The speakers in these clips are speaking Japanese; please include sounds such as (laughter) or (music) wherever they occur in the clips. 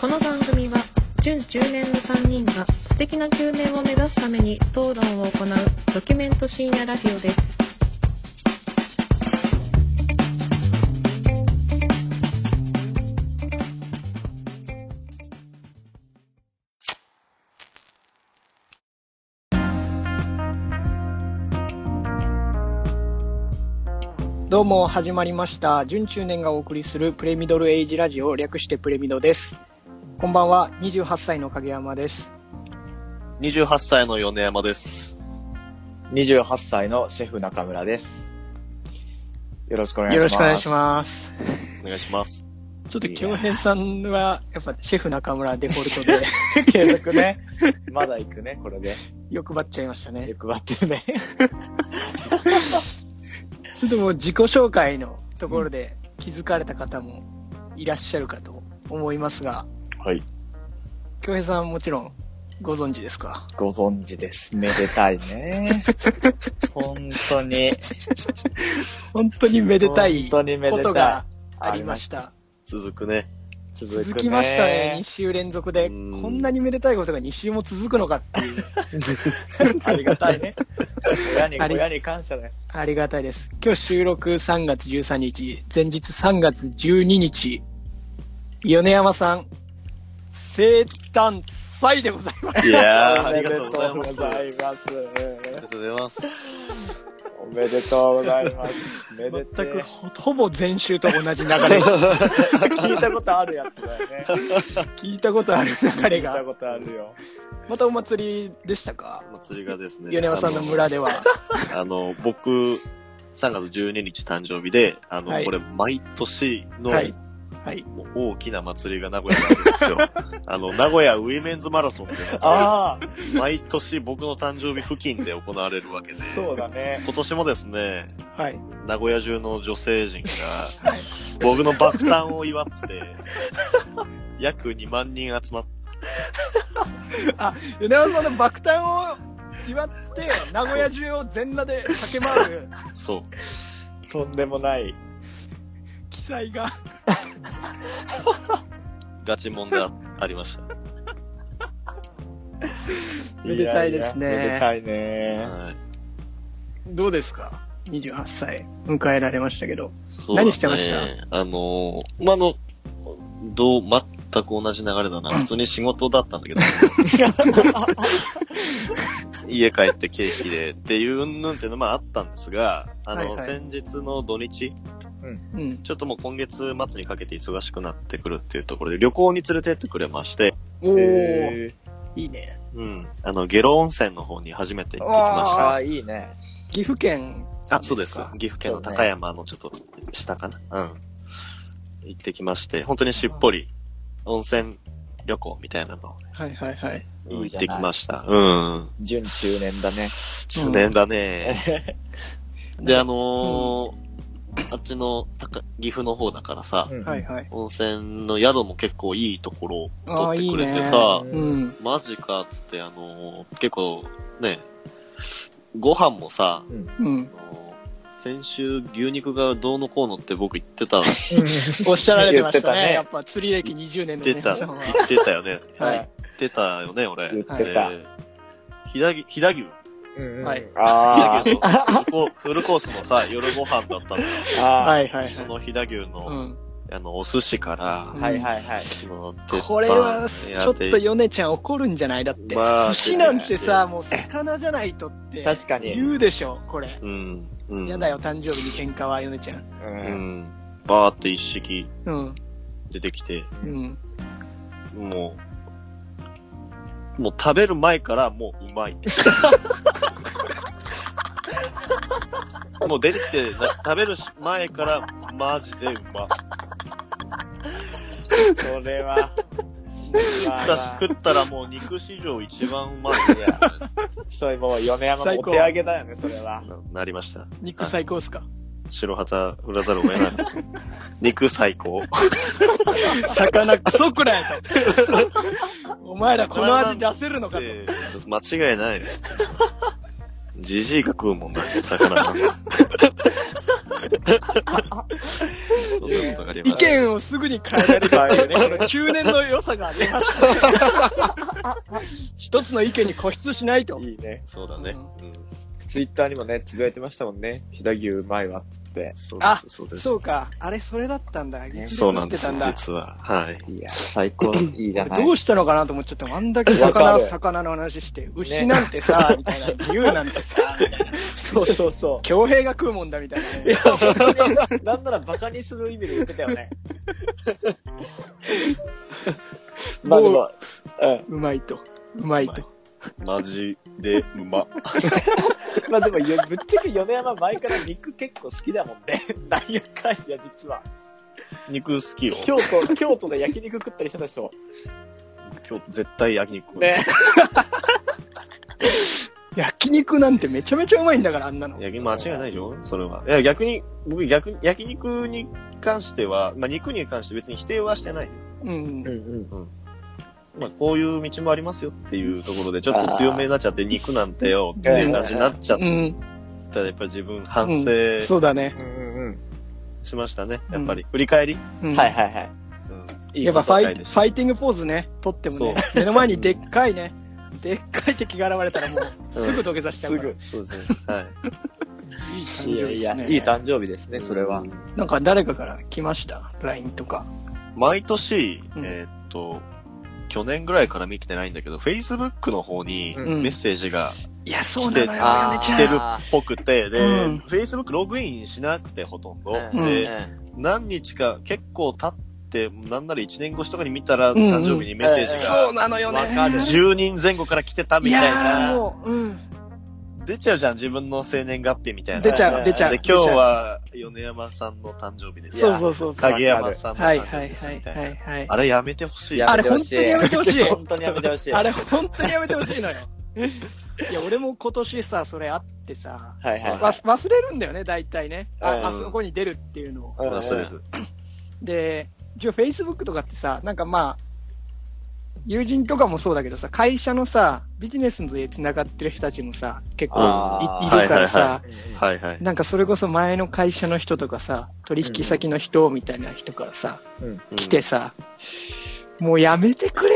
この番組は準10年の3人が素敵な9年を目指すために討論を行うドキュメント深夜ラジオです。どうも始まりました準中年がお送りするプレミドルエイジラジオ略してプレミドですこんばんは28歳の影山です28歳の米山です。 28歳のシェフ中村です。よろしくお願いしよまろす。しくお願いしますお願いします。ちょっとと京京平さんはやっぱシェフ中村デフォルト (laughs) です。継続 (laughs) ね。まだ行くね、これで。欲張っちゃいましたね欲張ってるね。ちょっともう自己紹介のところで気づかれた方もいらっしゃるかと思いますがはい。京平さんもちろんご存知ですかご存知です。めでたいね。本当に。本当にめでたい本当にめこでとたがありました続くね。い。続くね続きましたね2週連続でこうんんなにめでたいことが2週も続くのかっていうありがたいね。親に、あり親に感謝だよ。ありがたいです今日収録3月13日前日3月12日米山さん生誕祭でございますい (laughs) やー、ありがとうございます。あおりめでとうございがます。とうございます。おめでとうございます。めで全てくえほほぼ前週と同じ流れ聞いたことあるやつだよね。聞いたことある流れ聞いたがことあるよ。またお祭りでしたか祭りがですね。米山さんの村ではあの。あの、僕、3月12日誕生日で、あの、はいこれ、毎年の、はいはいもう大きな祭りが名古屋なんですよ。 (laughs) あの、名古屋ウィメンズマラソンで、ああ、毎年僕の誕生日付近で行われるわけで、そうだね。今年もですね、はい名古屋中の女性陣がはい、僕の爆誕を祝って、約2万人集まって、米山さんの爆誕を祝って名古屋中を全裸で駆け回るそう。とんでもない。記載がガチモンであありました。めでたいですねややめでたいね。はい。どうですか28歳迎えられましたけどそうだね何してましたあのー、まあ、あの、どう、全く同じ流れだな。普通に仕事だったんだ (laughs) けど。家帰ってケーキでっていううんぬんっていうのもあったんですが、あの、はいはい先日の土日、うんちょっともう今月末にかけて忙しくなってくるっていうところで旅行に連れてってくれまして、おお、えいいねうん。あの、ゲロ温泉の方に初めて行ってきましー、あた。あ、いいね。岐阜県あ、そうですか。岐阜県の高山のちょっと下かな。うん。行ってきまして、本当にしっぽり温泉旅行みたいなのをはいはいはいいい行じっゃてきないました。うん。準中年だね。中年だね。で、あのーあっちの高岐阜の方だからさ、はいはい温泉の宿も結構いいところを取ってくれてあさ、ーいいねうんマジかっつって、あのー結構ね、ご飯もさ、うんあのー先週牛肉がどうのこうのって僕言って (laughs) た、言おっしゃられてましたね言ってたねやっぱ釣り歴20年っのてねた、さ言んはってたよね。ははいい。言ってたよね、俺。言ってたで。ひだぎ、ひだ牛ひうんうんはい (laughs) あだ牛のフルコフルコースのさ、夜ご飯だったのよ。あ、あはあ、いはいそはのひだ牛い、うの、ん、あの、お寿司から、はいはいはい。そのこれは鉄ち板ょっとヨネちゃん怒るんじゃないだって、まあ寿司なんてさもう魚じゃないとって確かに。言うでしょこれ、うん、うん。やだよ誕生日に喧嘩はヨネちゃんううんん。バーって一式うん出てきて、うんもう、もう食べる前からもううま (laughs) い。もう出てきてな、食べる前からマジでうま。それは。まあまあ食ったらもう肉史上一番うまい。いや、そう、もう米山もお手上げだよね、それは。 (laughs) ななりました。肉最高っすか白旗振らざるを得ない。肉最高。魚クソくらいとお前らこの味出せるのかとで間違いないね。じじいが食うもんだ、魚なんてそんなことがあり意ました。見をすぐに変えられるっていうね、この中年の良さがありました、ね。一つの意見に固執しないと。いいね。そうだね。うん。ツイッターにもね、つぶやいてましたもんね。飛騨牛うまいわっつって。そうであす、そうですそ。うか。あれ、それだったんだ。そうなんです言ってたん、だ実は。はい。いや、最 (clears throat) 高。いいじゃない。どうしたのかなと思っちゃって、あんだけわか魚、る魚の話して、牛なんてさ、みたいな、牛なんてさ、みたいなそうそうそ強兵が食うもんだみたいなう。いやね。、本当に、 (laughs) なんならバカにする意味で言ってたよ (laughs) ね。まあでも、ううまいと。うまいと。マジでうま。ん。まあでも、よぶっちゃけ米山前から肉結構好きだもんね。 (laughs) なんやかんや、実は。 (laughs) 肉好きよ。京都、京都で焼肉食ったりしてたでしょ。今日絶対焼肉。ね。焼肉なんてめちゃめちゃうまいんだから、あんなの。焼肉間違いないでしょそれは。いや、逆に、僕逆に、焼肉に関しては、まあ肉に関して別に否定はしてない。うんん。うん。まあこういう道もありますよっていうところで、ちょっと強めになっちゃって、肉なんてよっていう感じになっちゃっうん。たら、やっぱり自分反省そうだね。うんうんしましたね。やっぱり。振り返りううんん。はいはいはい。うん。やっぱファイフイァイティングポーズね、取ってもね、目の前にでっかいね、でっかい敵が現れたらもう、すぐ土下座しちゃうすから。ぐ。そうですね。はい。すいやいや、いい誕生日ですね、それは。なんか誰かから来ました ?LINE とか。毎年、うんえーっと、去年ぐらいから見てないんだけど、Facebook の方にうんメッセージがいや、そうなのよ、あヨーネち来ゃてん。るっぽくて、で、うん Facebook ログインしなくてほとんど。うんで、うん何日か結構経って、なんなら1年越しとかに見たら、んうん誕生日にメッセージそうが、なのよね。わかる10人前後から来てたいみたいやーな。もう、うん。出ちゃうじゃん、自分の生年月日みたいな。出で、ちゃう、出ちゃう。今日は米山さんの誕生日です。そうそうそう。影山さんのはい誕は生日いですはみいたいはな。いはい。あれやめてほしい。やあれ本当にやめてほしい。本当にやめてほしい。あれ本当にやめてほしいの (laughs) よ。いや、俺も今年さ、それあってさ、はいはいわ忘れるんだよね、大体ね。うんあ、あそこに出るっていうのを。はい。忘れる。で、一応 Facebook とかってさ、なんかまあ、友人とかもそうだけどさ、会社のさ、ビジネスで繋がってる人たちもさ、結構あいーいるからさ、はいうん。ははいはい。なんかそれこそ前の会社の人とかさ、取引先の人みたいな人からさ、うん来てさ、もうやめてくれ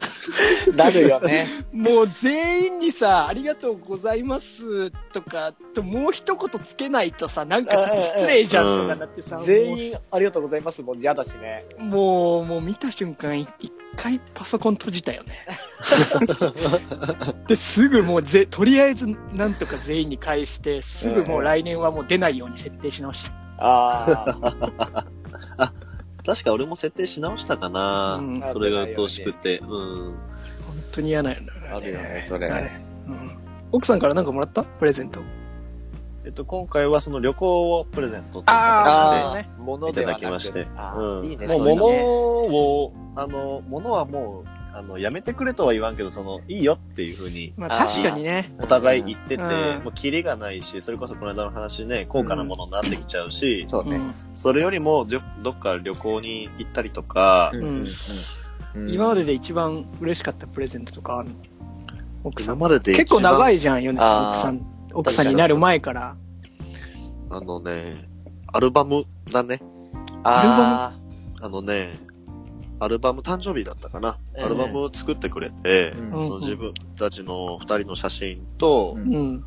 (laughs) なるよね。もう全員にさ、ありがとうございますとか、ともう一言つけないとさ、なんかちょっと失礼じゃんとかなってさ、もう全員ありがとうございますも嫌だしね。もう、もう見た瞬間、い一回パソコン閉じたよね。 (laughs) で、すぐもうぜ、とりあえずなんとか全員に返して、すぐもう来年はもう出ないように設定し直した。ああ。確か俺も設定し直したかな、うんそれが鬱陶しくて。うん。本当に嫌なんよね。あるよね、それ。あれ。うん。奥さんからなんかもらったプレゼント。えっと、今回はその旅行をプレゼントっていうあー形でね物いただきまして。あうーんいいね、もうそういう物のねを、あの、物はもう、あの、やめてくれとは言わんけど、その、いいよっていうふうに、まああー確かにね。お互い言ってて、うんもうキリがないし、それこそこの間の話ね、高価なものになってきちゃうし、そううね。んそれよりもど、どっか旅行に行ったりとか、んうん今までで一番嬉しかったプレゼントとかあるの奥さ今ん。までで結構長い。いじゃん、ヨネちゃん。あー奥さん、奥さんになる前から。あのね、アルバムだね。ああのね、アルバム、誕生日だったかな。ええアルバムを作ってくれて、うんそのうん自分たちの二人の写真と、うんうん。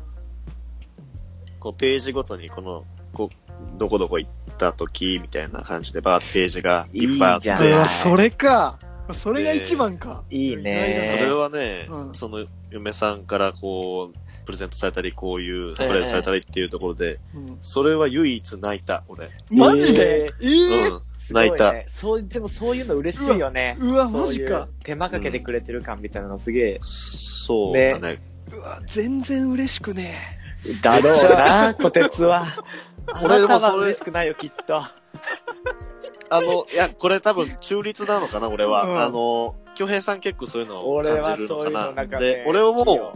こうページごとにこの、こう、どこどこ行った時みたいな感じでバーってページがいっぱいあっいいじて、ゃんうわはいそれか。それが一番か。ーいいね。それはね、うんその嫁さんからこう、プレゼントされたり、こういうサプライズされたりっていうところで、うんそれは唯一泣いた、俺。マジでえーうん、すごい泣いねた。。そう、でもそういうの嬉しいよね。うわ、そマういジうか。手間かけてくれてる感みたいなのすげえ。そうだね。うわ、全然嬉しくねだろうな、こてつは。あ俺なでもたそれは嬉しくないよ、きっと。あの、いや、これ多分中立なのかな、俺は。うんあの、京平さん結構そういうのを俺感はじるのそうかいうな。のなんかでね。、俺はも好うきよ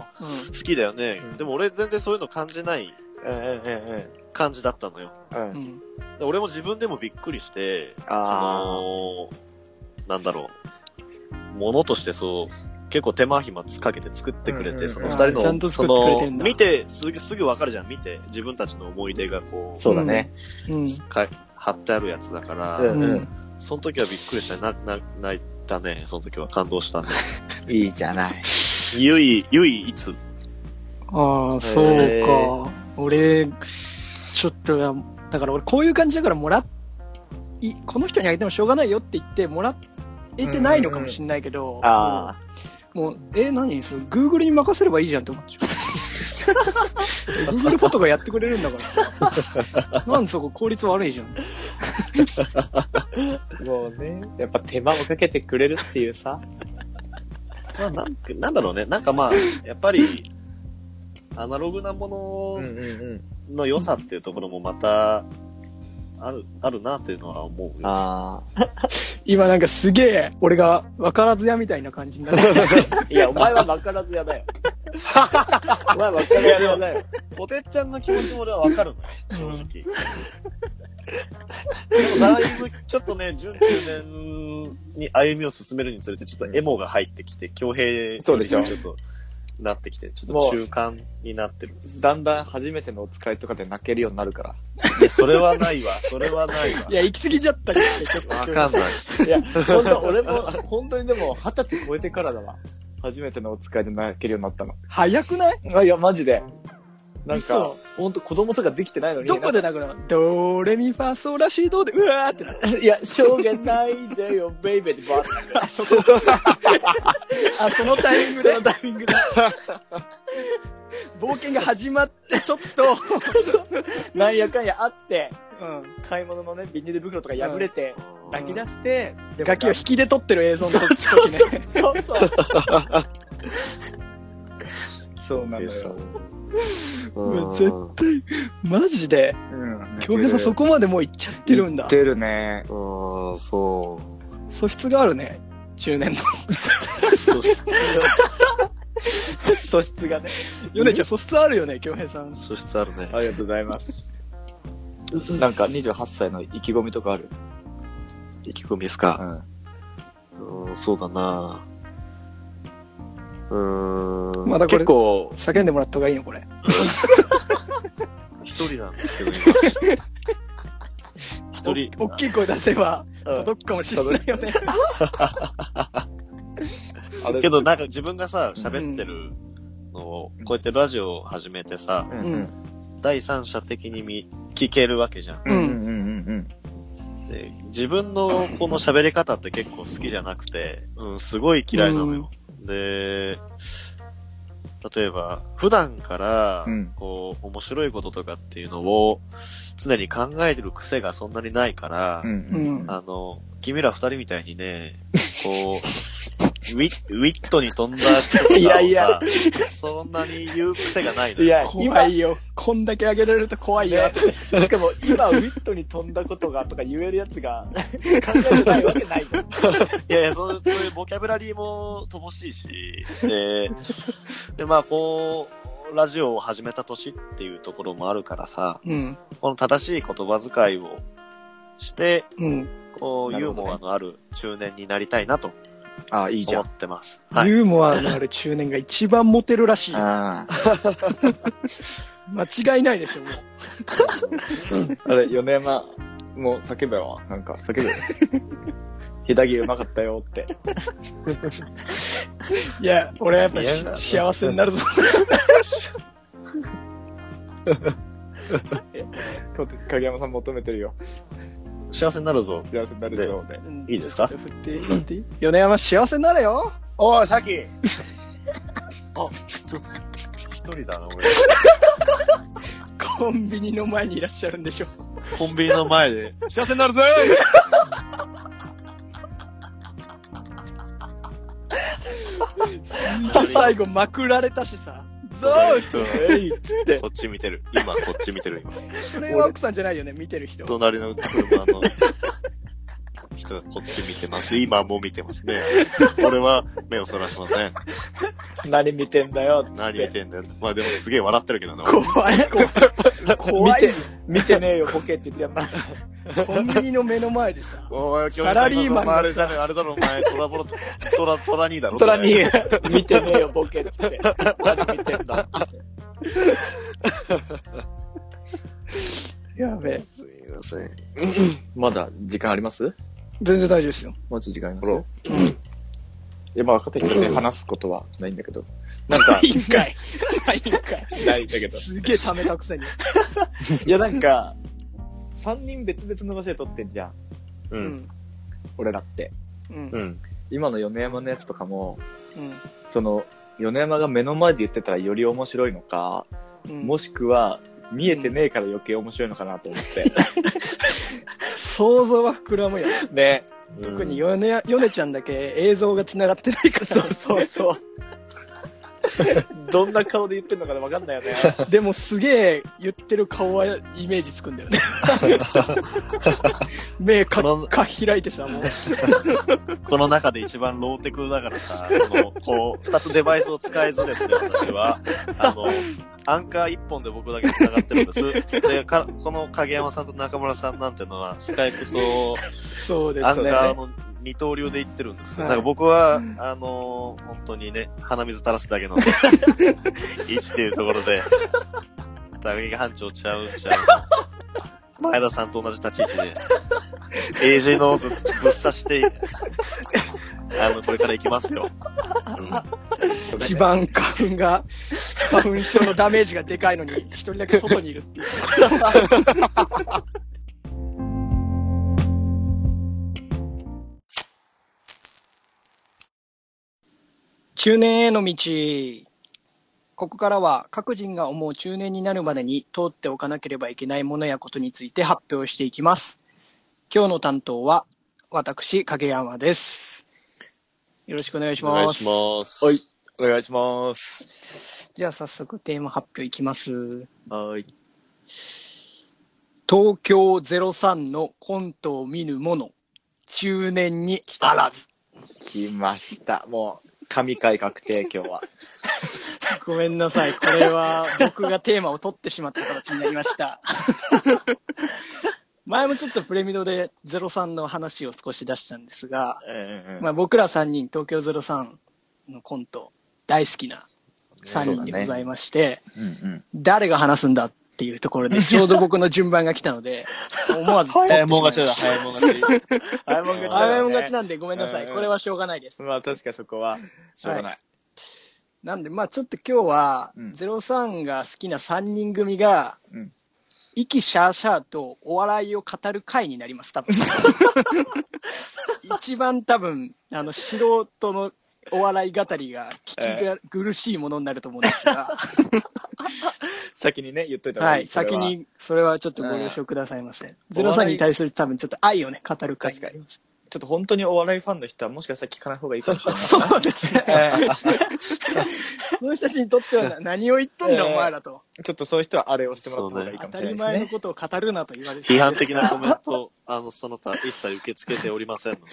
好きだよね。うんでも俺全然そういうの感じないうんうんうん感じだったのよ。うん。え。うん。ん。で俺も自分でもびっくりして、あその、なんだろう。ものとしてそう、結構手間暇つかけて作ってくれうんうんうて、んその二人あーちゃんの、とそ作ってくれての、んだ見て、すぐ、すぐわかるじゃん。見て、自分たちの思い出がこう、そうだね。うん。か貼ってあるやつだから、ううんん。その時はびっくりしたね。な、な、泣いたね。その時は感動したね。いいじゃない。ゆい、ゆいいつああ、そうか。えー俺、ちょっとや、だから俺こういう感じだからもらっ、いこの人にあげてもしょうがないよって言って、もらえてないのかもしんないけど、あもう、えー、何それ ?Google に任せればいいじゃんって思 (laughs) っちゃう。Google フォトがやってくれるんだ (laughs) から。なんでそこ効率悪いじゃん。あ、もうね、やっぱ手間をかけてくれるっていうさ。まあ、なんかなんだろうね。なんかまあ、やっぱり、アナログなもうんうん。のの良さっていうところもまた、ある、あるなっていうのは思うよ。あ今なんかすげえ、俺が分からずやみたいな感じになってる。あ。いや、お前は分からず屋 (laughs) だよ。お前は分からず屋だよ。 (laughs) ポテッちゃんの気持ちも俺はわかるのよ、正直。でもだいぶ、ちょっとね、準10年に歩みを進めるにつれて、ちょっとエモが入ってきて、強兵そうでしょちょっと、なってきて、ちょっと中間になってるんです。だんだん初めてのお使いとかで泣けるようになるから。いやそれはない (laughs) わ、それはないわい。や、行き過ぎちゃったりして、ちょっとわかんないです。いや、本当俺も、本当にでも、二十歳超えてからだわ。初めてのお使いで泣けるようになったの。早くないあいや、マジで。なんか嘘、本当子供とかできてないのに。どこでだから、ドーレミファソラシドーで、うわーってなる。なんかいや、しょうがないで (laughs) よ、ベイベーってバーッあ、そこ。あ、そのタイミング (laughs) で。そのタイミングで。冒険が始まって、ちょっと、てなんやかんやあって、うん。買い物のね、ビニール袋とか破れて、泣き出して、でもガキを引きで撮ってる映像の時そうね。そうそう。そうなのえさよ。うわ絶 (laughs) マジで。うん。京平さんそこまでもう行っちゃってるん言だっ。てるね。うん、そ (laughs) 素質があるね。中年の。う。そう (laughs) 素質がね。ヨネちゃん素質あるよね、京平さん。素質あるね。ありがとうございます。 (laughs) なんか28歳の意気込みとかある意気込みですか。ん。うん、そうだなうーん。まだこれ結構、叫んでもらった方がいいの、これ。一人なんですけど、今一人お大きい声出せば、うん届くかもしれないよね。あれけどなんか自分がさ、喋ってるのを、こうやってラジオを始めてさ、うんんうん第三者的に見聞けるわけじゃん。うんうんうんで自分のこの喋り方って結構好きじゃなくて、うん、すごい嫌いなのよ。で、例えば、普段からうん、こう、面白いこととかっていうのを、常に考えてる癖がそんなにないから、うんうんううん。ん。あの、君ら二人みたいにね、こう、ウィッ、ウィットに飛んだ人 (laughs) といやいかやをさ、そんなに言う癖がないのいよ。や、怖今、いよ。こんだけ上げられると怖いよ。ねしかも今ウィットに飛んだことがとか言えるやつが考えたいわけないじゃん。いやいや、そうそういうボキャブラリーも乏しいし、 (laughs) で、で、まあ、こう、ラジオを始めた年っていうところもあるからさ、うん。この正しい言葉遣いをして、うん。こう、なユるーほどねモアのある中年になりたいなと (laughs) ああ、いい思。ってます。はい。ユーモアのある中年が一番モテるらしい。あ間違いないですよ、もうあれ、米山、もう叫べよ。なんか、 (laughs) 叫べよ。ひだぎうまかったよって。いや、俺はやっぱいやし幸せになるぞ。影山さん求めてるよ。幸せになるぞ。幸せになるぞで。いいですかちょっと振って、振っていい米山幸せになれよ。おい、さき (laughs) あ、ちょっと、一人だな、俺。コンビニの前にいらっしゃるんでしょ。コンビニの前で、幸せになるぞ最後まくられたしさ。ゾーえいっつって。こっち見てる。今、こっち見てる、今。それは奥さんじゃないよね、見てる人。隣の車の人がこっち見てます。今も見てますね。俺は目をそらしません。何見てんだよっつって。何見てんだよ。まあでもすげえ笑ってるけどな。怖い、怖い。怖い。 (laughs) 見てねえよ、ボケって言ってやった。コンビニの目の前でさ、お前、サラリーマンがさあれだね、あれだろ、お前、トラボロ、トラ、トラニーだろ。トラにー。見てねえよ、ボケっつって。何見てんだ。やべえ。すいません。まだ時間あります全然大丈夫ですよ。もうちょっと時間ありまほらすいや、まあ、かといって別に話すことはないんだけど。なんか、いいんかい。いいんか (laughs) い。ないんだけど。すげえ溜めたくせに。いや、なんか、3人別々の場所で撮ってんじゃん。う。うんん。俺らって。うん。うん。今の米山のやつとかも、うん。その、米山が目の前で言ってたらより面白いのか、うんもしくは、見えてねえから余計面白いのかなと思って。想像は膨らむよ。ね。特にヨネヨネちゃんだけ映像が繋がってないから。そうそうそう。どんな顔で言ってんのかわかんないよね。でもすげえ言ってる顔はイメージつくんだよ (laughs) ね。目かっか開いてさ、もう。この中で一番ローテクだからさ、この、こう、二つデバイスを使えずですね、私は。あの、アンカー一本で僕だけ繋がってるんです。で、かこの影山さんと中村さんなんてのは、スカイプとそうでアンすカね。ーの二刀流で行ってるんですよ。はいだから僕は、あの、本当にね、鼻水垂らすだ (laughs) けの位置っていうところで、打撃班長ちゃうんちゃう。前田さんと同じ立ち位置で、A 字のずぶっ刺して、あの、これから行きますよ。一番花粉が、花粉症のダメージがでかいのに、一人だけ外にいるっていう。 (laughs) 中年への道。ここからは各人が思う中年になるまでに通っておかなければいけないものやことについて発表していきます。今日の担当は私、影山です。よろしくお願いしおます。願いしま (laughs) す。はい。お願いします。じゃあ早速テーマ発表いきます。はい。東京03のコントを見ぬ者、中年にあらず。来ました。もう、神回確定、今日は。ごめんなさい。これは僕がテーマを取ってしまった形になりました。 (laughs) 前もちょっとプレミドで03の話を少し出したんですが、まあ、僕ら3人、東京03のコント、大好きな3人でございまして、うんうん。誰が話すんだっていうところで、ちょうど僕の順番が来たので、思わず取ってしまいました早いもん勝ちだ、早いもん勝ち。あいもん勝ちだあよやねも勝ちなんでごめんなさい。うんうんこれはしょうがないです。まあ、確かそこは、しょうがない。なんで、まあちょっと今日は、うん03が好きな3人組が、うん意気シャーシャーとお笑いを語る回になります、 (laughs) 多分。一番多分、あの、素人のお笑い語りが聞きが苦しいものになると思うんです (laughs) が、先にね、言っといた方がはいい。い、先に、それはちょっとご了承くださいませ。ん03に対する多分ちょっと愛をね、語る回になります。ちょっと本当にお笑いファンの人はもしかしたら聞かない方がいいかもしれない。そうですね。 (laughs) えその人たちにとってはな何を言っとんだ、えーお前らと。 (laughs) ーちょっとそういう人はあれをしてもらった方がいい当かもしたれないりです前のね。ことを語るなと言われて批判的なコメント、あの、その他一切受け付けておりませんの (laughs) で。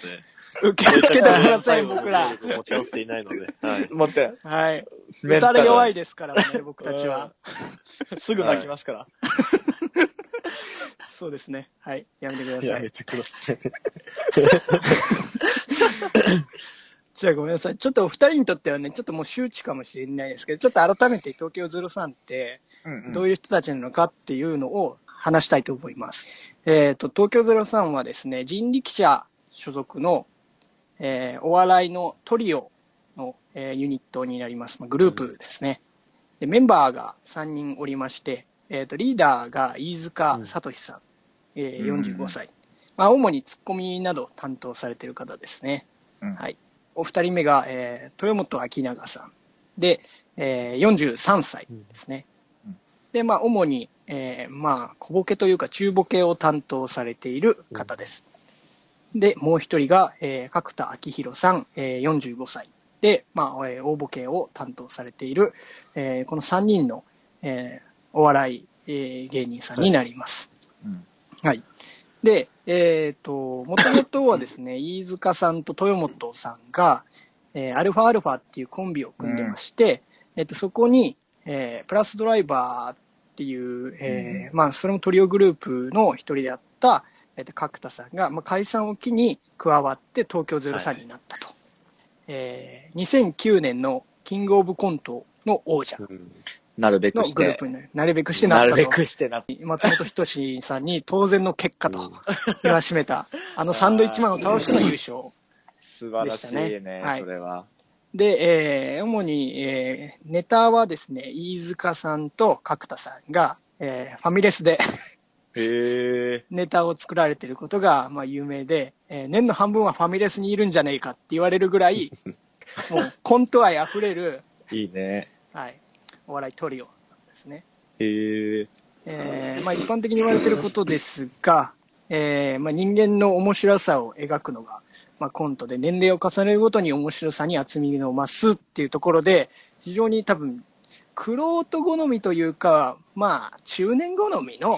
受け付けてください、僕ら。持ち合わせていないので。はい。待って、はい。メン打タたルれ弱いですからね、僕たちは。すぐ泣きますから。そうですね。はい。やめてください。てください。じゃあごめんなさい。ちょっとお二人にとってはね、ちょっともう周知かもしれないですけど、ちょっと改めて東京03ってどいういう人たちなのかっていうのを話したいと思います。えっ、と、東京03はですね、人力車所属の、えーお笑いのトリオの、えーユニットになります。まあグループですね。でメンバーが3人おりまして、えー、とリーダーが飯塚聡さん、えーうん45歳、まあ、主にツッコミなど担当されてる方ですね、うんはい、お二人目が、えー豊本明長さんで、えー43歳ですね、うんでまあ主に、えーまあ、小ボケというか中ボケを担当されている方です、でもう一人が、えー角田昭弘さん、えー45歳で、まあ、えー大ボケを担当されている、えーこの3人の、えーお笑い、えー芸人さんになります。うんはい。で、えっ、と、もともとはですね、 (laughs) 飯塚さんと豊本さんが、えーアルファアルファっていうコンビを組んでまして、えっ、と、そこに、えープラスドライバーっていう、えーまあ、それもトリオグループの一人であった、えっと角田さんが、まあ、解散を機に加わって東京03になったと、えー2009年のキングオブコントの王者うんなるべのくしグルーてプ。になるなるべくしてなったるべとくしてなっ松本人志さんに当然の結果うとん言わしめたあのサンドイッチマンを倒しての優勝素晴らしいでね、したねはいそれは。で、えー主に、えーネタはですね、飯塚さんと角田さんが、えーファミレスで (laughs) へえ。ネタを作られてることが、まあ、有名で、えー年の半分はファミレスにいるんじゃねえかって言われるぐらい、もうコント愛あふれる、いいね。はい、お笑いトリオなんですね。へえ。えーまあ、一般的に言われてることですが、えーまあ、人間の面白さを描くのが、まあ、コントで年齢を重ねるごとに面白さに厚みを増すっていうところで非常に多分玄人好みというかまあ中年好み (laughs) の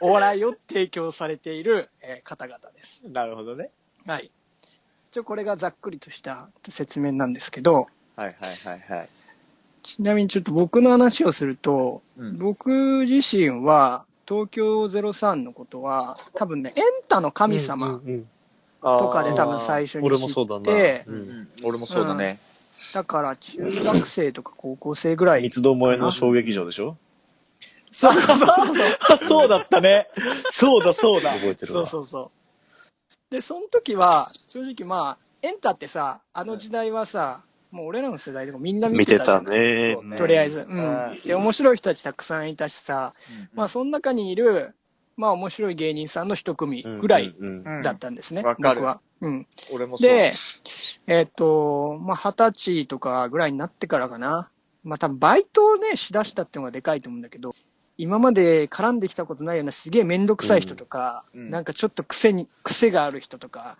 お笑いを提供されている、えー方々です。なるほどね。はい、一応これがざっくりとした説明なんですけどはいはいはいはい。ちなみにちょっと僕の話をするとうん僕自身は東京03のことは多分ねエンタの神様うんうんとかで多分最初に俺も知そっうだな。てううんん、俺もそうだね。だから中学生とか高校生ぐらい三つどもえの小劇場でしょそうそうそうそうだったね。そうだそうだ。覚えてるそうわ。そうそうでその時は正直まあエンタってさあの時代はさもう俺らの世代でもみんな見見ててたじゃたんねそう。ねとりあえず、うんうん、で面白い人たちたくさんいたしさ、まあ、その中にいる、まあ、面白い芸人さんの一組ぐらいうんうんうんだったんですね、うんわかる僕は。うん、俺もそう。で、えっ、と、まあ、二十歳とかぐらいになってからかな。まあ、多分バイトをね、しだしたっていうのがでかいと思うんだけど、今まで絡んできたことないようなすげえめんどくさい人とか、うんうんなんかちょっと癖に、癖がある人とか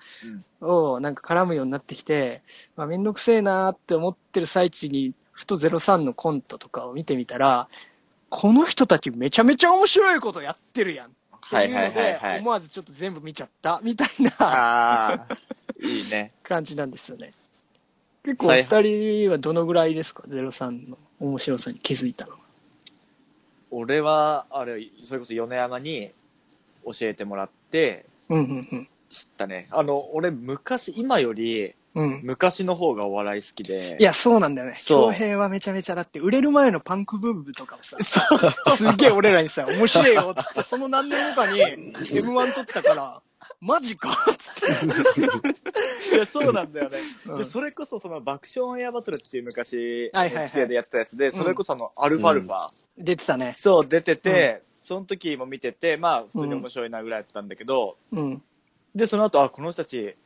うんをなんか絡むようになってきて、まあ、めんどくせえなーって思ってる最中に、ふと03のコントとかを見てみたら、この人たちめちゃめちゃ面白いことやってるやん。ってはいいうはのいはいでは、い思。わずちょっと全部見ちゃった、みたい (laughs) な。ああ、いいね。感じなんですよね。結構、お二人はどのぐらいですか ?03 の面白さに気づいたのは。俺は、あれ、それこそ米山に教えてもらって、うんうんうん。知ったね。あの、俺昔、今よりうん。昔の方がお笑い好きで。い、や、そうなんだよね。そう恭平はめちゃめちゃだって、売れる前のパンクブーブーとかをさ、すげえ俺らにさ、面白いよって、その何年後かに M1 取ったから、マジかっつって。いや (laughs) そうなんだよね。うんでそれこそその爆笑オンエアバトルっていう昔、はいはいはい NHK でやってたやつで、それこそあの、アルファルファ、出てたね。そう出てて、その時も見てて、まあ普通に面白いなぐらいだったんだけど、うん。で、その後、あ、この人たち、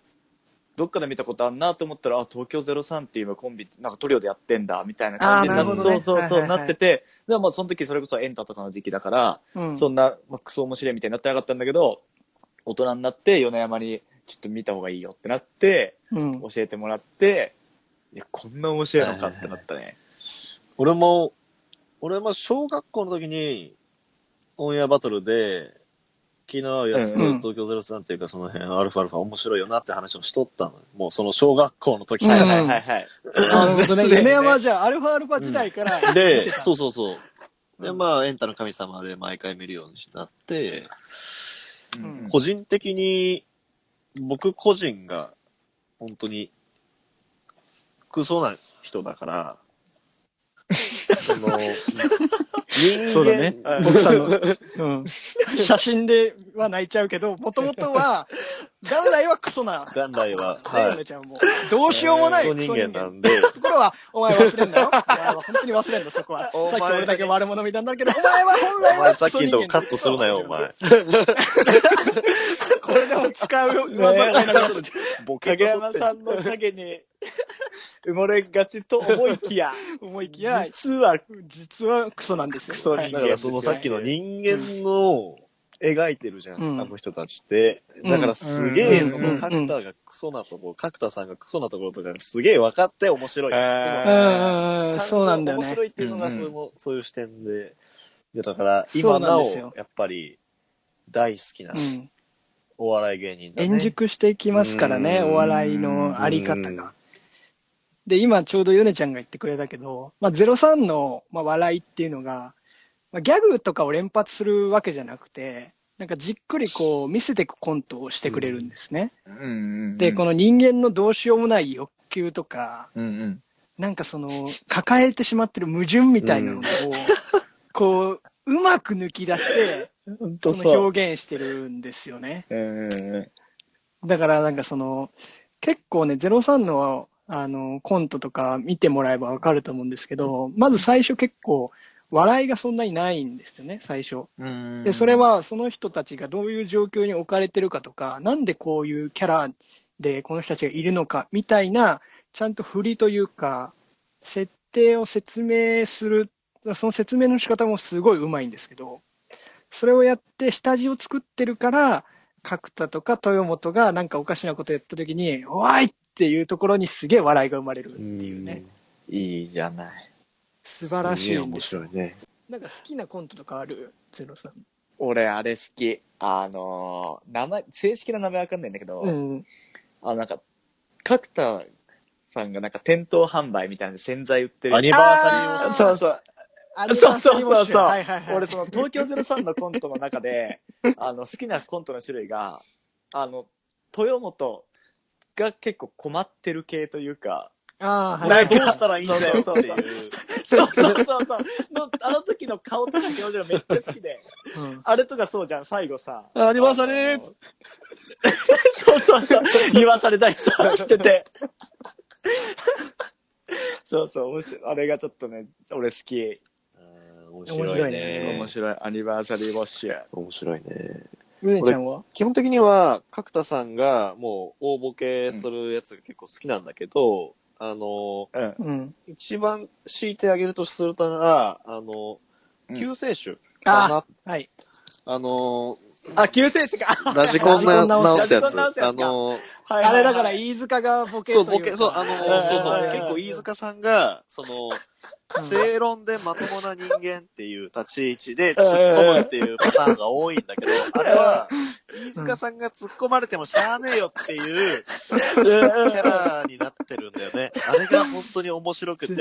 どっかで見たことあんなと思ったら、あ、東京03っていう今コンビ、なんかトリオでやってんだ、みたいな感じになあーなっるて、ほそどうねそうはいはそう、いはいなってて、でもまあその時それこそエンタとかの時期だから、うん。そんな、まあ、クソ面白いみたいになってなかったんだけど、大人になって、米山に、ちょっと見た方がいいよってなって、 (laughs) うん。教えてもらって、いや、こんな面白いのかってなったね。俺も、俺も小学校の時に、オンエアバトルで、昨日やつとうんうん東京03っていうかその辺、アルファアルファ面白いよなって話をしとったのよ。もうその小学校 (laughs) の時かはいうんら。はいはいはい。なるほどね。すでにね米山はじゃあ、アルファアルファ時代から、で、そうそうそう。で、うんまあ、エンタの神様で毎回見るようになって、うんうん個人的に、僕個人が、本当に、クソな人だから、その、人そうだ間ね、はい僕さんの、うん、写真では泣いちゃうけど、もともとは、 (laughs) 元来はクソな。元来は、ははいい、ちゃんもうどうしようもないクソクソ人人間間なんで、ところは、お前忘れんだ (laughs) よ。お前は本当に忘れんだ、そこは。さおっ前きは俺だけ悪者みたいなんだけど、お前は本来おは前クさっソき人間のとこカットするなよ、お前。。これでも使う技 (laughs) がなかった。ボケ影が山さんの影に埋もれがちと思いきや、思いきや、実は実はクソなんですよ。クソ人間だからそのさっきの人間の描いてるじゃん、うんあの人たちって。うんだからすげえ、うんその角田がクソなところ、角田さんがクソなところとかすげえ分かって面白い。へはい、うそんうんうん、そのうなんだよ面ね白。いっていうのうがんそれも、そういう視点で。でだから、そ今うななんお、ですよやっぱり、大好きなうん、お笑い芸人だね。円熟していきますからね、うんお笑いのあり方うが。で、今ちょうどヨネちゃんが言ってくれたけど、まあ、03の、まあ、笑いっていうのが、まあ、ギャグとかを連発するわけじゃなくて、なんかじっくりこう見せていくコントをしてくれるんですね。うんうん。で、この、の人間のどうしようもない欲求とか、うんうん。なんかその抱えてしまってる矛盾みたいなのを、こう、うまく抜き出 (laughs) して、ほんとそさ。の表現してるんですよね。うんうんうん。だからなんかその、結構ね、03のあのコントとか見てもらえばわかると思うんですけど、まず最初結構、笑いがそんなにないんですよね、最初。うんで、それ、はその人たちがどういう状況に置かれてるかとか、なんでこういうキャラでこの人たちがいるのかみたいな、ちゃんと振りというか、設定を説明する、その説明の仕方もすごい上手いんですけど、それをやって下地を作ってるから、角田とか豊本がなんかおかしなことやった時に、おーいっていうところにすげえ笑いが生まれるっていうね。いいじゃない。素晴らしいすげえんで面す。白いね。なんか好きなコントとかあるゼロさん。俺、あれ好き。あのー、名前、正式な名前わかんないんだけど、うん。あの、なんか、角田さんがなんか店頭販売みたいな洗剤売ってる。アニバーサリーあをーそうそう。あれはそうそうそうそうはいはいはい俺、その東京03のコントの中 (laughs) で、あの、好きなコントの種類が、あの、豊本が結構困ってる系というか、ああ、は。ないどうしたらいいんだよってそうい。そうそうそうそうそう、のあの時の顔とか表情めっちゃ好きで、うんあれとかそうじゃん、最後さ。アニバーサリーあのそうそうそう。言わされたりさ、してて。そうそう、面白い。あれがちょっとね、俺好き。 (laughs) 面白いね白いね。白い。アニバーサリーウォッシュ。面白いね。うねちゃんは基本的には、角田さんがもう大ボケするやつが結構好きなんだけど、あの、うん。うん。一番強いてあげるとするとなら、あのう、ん救世主かな。はい。あの、あ、救世主か。ラジコンラジコンな直直すすややつつ。ラあジコン直の、はいあはいはいれだから、飯塚がボケそう、といボかケ、そう、あの、はいそうはいそう、はい結構飯塚さんが、その、正論でまともな人間っていう立ち位置で突っ込むっていうパターンが多いんだけど、あれは、飯塚さんが突っ込まれてもしゃあねえよっていうキャラになってるんだよね。あれが本当に面白くて、